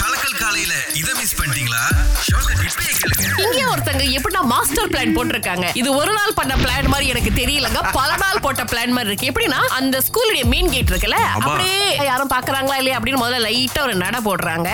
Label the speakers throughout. Speaker 1: கலக்கல் காலையில இத மிஸ் பண்ணிட்டீங்களா ஷார்ட் இப்பயே கேளுங்க
Speaker 2: இங்க ஒருத்தங்க எப்படின்னா மாஸ்டர் பிளான் போட்டிருக்காங்க இது ஒரு நாள் பண்ண பிளான் மாதிரி எனக்கு தெரியலங்க பல நாள் போட்ட பிளான் மாதிரி இருக்கு எப்படின்னா அந்த ஸ்கூலுடைய மெயின் கேட் இருக்குல்ல
Speaker 1: ஆமா.
Speaker 2: அப்படியே யாரும் பாக்குறாங்களா இல்லையா அப்படின்னு முதல்ல லைட்டா ஒரு நட போடுறாங்க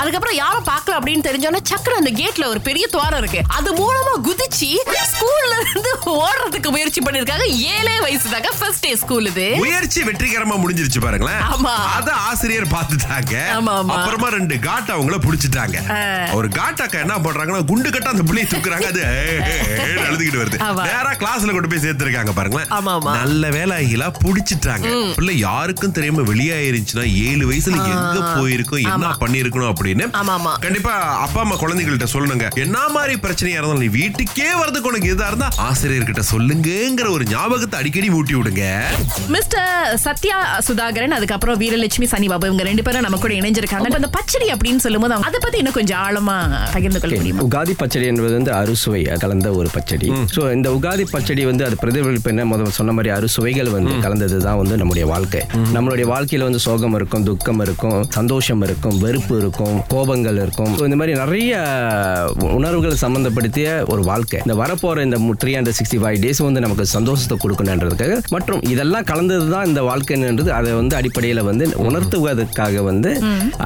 Speaker 2: அதுக்கப்புறம் யாரும் பார்க்கல அப்படின்னு தெரிஞ்சோன்னா சக்கர அந்த கேட்ல ஒரு பெரிய துவாரம் இருக்கு அது மூலமா குதிச்சு ஸ்கூல்ல இருந்து ஓடுறதுக்கு முயற்சி பண்ணிருக்காங்க ஏழே வயசு தாங்க ஃபர்ஸ்ட் டே ஸ்கூல் இது
Speaker 3: முயற்சி வெற்றிகரமா முடிஞ்சிருச்சு பாருங்களேன்
Speaker 2: ஆமா.
Speaker 3: அத ஆசிரியர் பார்த்துட்டாங்க
Speaker 2: ஆமா, ஆமா.
Speaker 3: அப்புறமா ரெண்டு காட் அவங்கள புடிச்சிட்டாங்க
Speaker 2: ஆ.
Speaker 3: ஒரு காட்டாக்கா என்ன பண்றாங்கன்னா குண்டு கட்டா அந்த புள்ளைய தூக்குறாங்க அது ஏ, ஏ, ஏன்னு அழுதுகிட்டு வருது
Speaker 2: ஆமா.
Speaker 3: நேரா கிளாஸ்ல கொண்டு போய் சேர்த்திருக்காங்க பாருங்களேன்
Speaker 2: ஆமா, ஆமா.
Speaker 3: நல்ல வேலை அகிலா புடிச்சிட்டாங்க பிள்ளை யாருக்கும் தெரியாம வெளியாயிருச்சுன்னா ஏழு வயசுல எங்க போயிருக்கோம் என்ன
Speaker 2: ஆமா.
Speaker 3: பண்ணிருக்கணும் அப்படின்னு
Speaker 2: ஆமா, ஆமா.
Speaker 3: கண்டிப்பா அப்பா அம்மா குழந்தைகள்கிட்ட சொல்லணுங்க என்ன மாதிரி பிரச்சனையா இருந்தாலும் நீ வீட்டுக்கே வரதுக்கு உனக்கு இதா இருந்தா ஆசிரியர்கிட்ட சொல்லுங்கங்கிற ஒரு ஞாபகத்தை அடிக்கடி ஊட்டி விடுங்க
Speaker 4: மிஸ்டர் சத்யா சுதாகரன் அதுக்கப்புறம் வீரலட்சுமி சனிபாபு இவங்க ரெண்டு பேரும் நம்ம கூட இணைஞ்சிருக்காங்க இப்ப அந்த பச்சடி அப்படின்னு சொல்லும்போது அவங்க- அதை பத்தி இன்னும் கொஞ்சம் ஆழமா பகிர்ந்து கொள்ள முடியுமா
Speaker 5: உகாதி பச்சடி என்பது வந்து அறுசுவை கலந்த ஒரு பச்சடி ஸோ இந்த உகாதி பச்சடி வந்து அது பிரதிபலிப்பு என்ன முதல்ல சொன்ன மாதிரி அறுசுவைகள் வந்து கலந்தது தான் வந்து நம்முடைய வாழ்க்கை நம்மளுடைய வாழ்க்கையில வந்து சோகம் இருக்கும் துக்கம் இருக்கும் சந்தோஷம் இருக்கும் வெறுப்பு இருக்கும் கோபங்கள் இருக்கும் So, இந்த மாதிரி நிறைய உணர்வுகள் சம்பந்தப்படுத்திய ஒரு வாழ்க்கை இந்த வரப்போற இந்த three hundred sixty five days வந்து நமக்கு சந்தோஷத்தை கொடுக்கணுன்றதுக்காக மற்றும் இதெல்லாம் கலந்தது தான் இந்த வாழ்க்கைன்றது அதை வந்து அடிப்படையில் வந்து உணர்த்துவதற்காக வந்து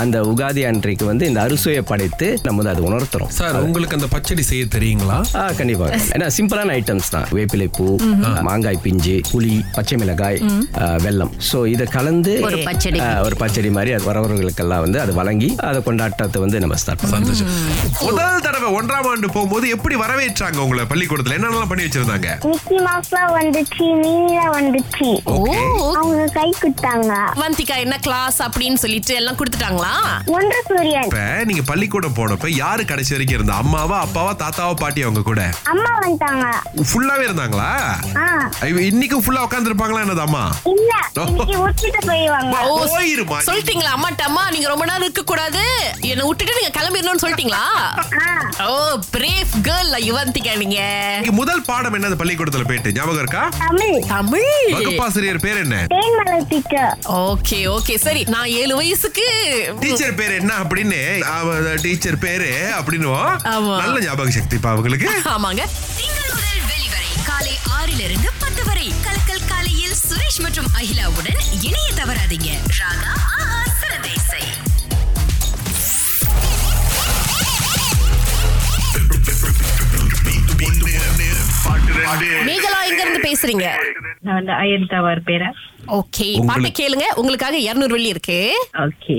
Speaker 5: அந்த உகாதி அன்றைக்கு வந்து இந்த அறுசுவையை படைத்து நம்ம வந்து அதை உணர்த்துறோம்
Speaker 6: சார் உங்களுக்கு அந்த பச்சடி செய்ய தெரியுங்களா
Speaker 5: ஆ கண்டிப்பா ஏன்னா சிம்பிளான ஐட்டம்ஸ் தான் வேப்பிலை பூ மாங்காய் பிஞ்சு புளி பச்சை மிளகாய் ஆ, வெல்லம் ஸோ இதை கலந்து
Speaker 2: ஒரு பச்சடி.
Speaker 5: ஆ, ஒரு பச்சடி மாதிரி அது வரவர்களுக்கெல்லாம் வந்து அது வழங்கி அதை கொண்டாட்டத்தை வந்து நம்ம ஸ்டார்ட் பண்ணலாம்
Speaker 6: சந்தோஷம்
Speaker 3: முதல் தடவை ஒன்றாம் ஆண்டு போகும்போது எப்படி வரவேற்றாங்க உங்களை பள்ளிக்கூடத்துல என்னெல்லாம் பண்ணி வச்சிருந்தாங்க
Speaker 7: மிக்கி மாஸ்லாம் வந்துச்சு மீனா வந்துச்சு அவங்க கை கொடுத்தாங்க
Speaker 2: அவந்திகா என்ன கிளாஸ் அப்படின்னு சொல்லிட்டு எல்லாம் கொடுத்துட்டாங்களா
Speaker 7: ஒன்று சூரியன்
Speaker 3: இப்ப நீங்க பள்ளிக்கூடம் போனப்ப யாரு கடைசி வரைக்கும் இருந்தா அம்மாவா அப்பாவா தாத்தாவா பாட்டி அவங்க கூட
Speaker 7: அம்மா வந்தாங்க
Speaker 3: ஃபுல்லாவே இருந்தாங்களா
Speaker 7: ஆ
Speaker 3: ஐயோ, இன்னைக்கும் ஃபுல்லா உட்காந்துருப்பாங்களா என்னது அம்மா
Speaker 7: இல்ல இன்னைக்கு விட்டுட்டு போயிடுவாங்க
Speaker 2: ஓ,
Speaker 3: போயிருமா நீ.
Speaker 2: சொல்லிட்டீங்களா அம்மாட்ட அம்மா நீங்க ரொம்ப நேரம் இருக்க கூடாது என்ன விட்டுட்டு நீங்க கிளம்பிடணும்னு சொல்லிட்டீங்களா
Speaker 7: ஆ
Speaker 2: ஓ பிரேவ் கேர்ள் யுவந்திகா நீங்க
Speaker 3: இன்னைக்கு முதல் பாடம் என்னது பள்ளிக்கூடத்துல போயிட்டு ஞாபகம் இருக்கா
Speaker 7: தமிழ்
Speaker 2: தமிழ்
Speaker 3: வகுப்பாசிரியர் பேர் என்ன
Speaker 7: தேன்மலை டீச்சர்
Speaker 2: ஓகே ஓகே சரி நான் ஏழு வயசுக்கு
Speaker 3: டீச்சர் பேர் என்ன அப்படின்னு டீச்சர் பேரு அப்படின்னு
Speaker 2: ஆமா.
Speaker 3: நல்ல ஞாபக சக்தி பா அவங்களுக்கு
Speaker 2: ஆமாங்க
Speaker 8: திங்கள் முதல் வெளிவரை காலை ஆறிலிருந்து பத்து வரை கலக்கல் காலையில் சுரேஷ் மற்றும் அகிலாவுடன் இணைய தவறாதீங்க ராகா ஆஹா சிறந்த இசை
Speaker 2: மேகலா எங்க இருந்து பேசுறீங்க
Speaker 9: நான் வந்து அயன் டவர் பேரன்
Speaker 2: ஓகே பாட்டு கேளுங்க உங்களுக்காக 200 வெள்ளி இருக்கு
Speaker 9: ஓகே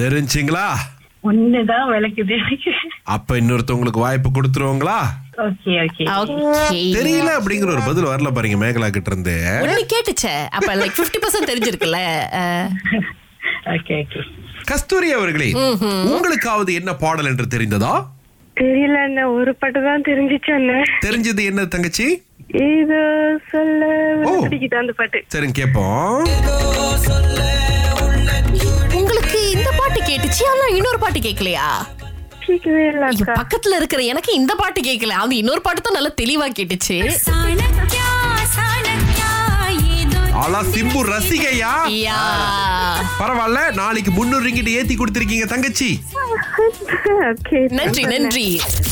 Speaker 3: தெரிஞ்சுங்களா
Speaker 9: ஒண்ணுதான் விளக்குது எனக்கு
Speaker 3: அப்ப இன்னொருத்தவங்களுக்கு வாய்ப்பு கொடுத்துருவாங்களா
Speaker 9: ஓகே ஓகே
Speaker 2: ஓகே
Speaker 3: தெரியல அப்படிங்கிற ஒரு பதில் வரல பாருங்க மேகலா கிட்ட இருந்து
Speaker 2: ஒண்ணு கேட்டுச்சே அப்ப லைக் 50% பர்சன்ட் தெரிஞ்சிருக்குல்ல அஹ்,
Speaker 9: ஓகே ஓகே
Speaker 3: கஸ்தூரி அவர்களே உங்களுக்காவது என்ன பாடல் என்று தெரிந்ததா
Speaker 10: தெரியல அண்ணா ஒரு பாட்டு தான் தெரிஞ்சிச்சு அண்ணா
Speaker 3: தெரிஞ்சது என்ன தங்கச்சி
Speaker 10: இது சொல்ல
Speaker 3: ஓ.
Speaker 10: பிடிக்குது அந்த பாட்டு
Speaker 3: சரின்னு கேட்போம்
Speaker 2: உங்களுக்கு இந்த பாட்டு கேட்டுச்சு ஆனா இன்னொரு பாட்டு கேட்கலையா
Speaker 10: கேட்கவே இல்ல
Speaker 2: ஐயோ,
Speaker 10: அக்கா
Speaker 2: பக்கத்துல இருக்கிற எனக்கு இந்த பாட்டு கேட்கல அது இன்னொரு பாட்டு தான் நல்லா தெளிவா கேட்டுச்சு
Speaker 8: சாணக்கியா சாணக்கியா ஏதோ
Speaker 3: ஆளா சிம்பு ரசிகையா
Speaker 2: யா.
Speaker 3: பரவாயில்ல நாளைக்கு முன்னூறு ரிங்கிட்டு ஏத்தி கொடுத்திருக்கீங்க தங்கச்சி
Speaker 10: ஓகே
Speaker 2: நன்றி நன்றி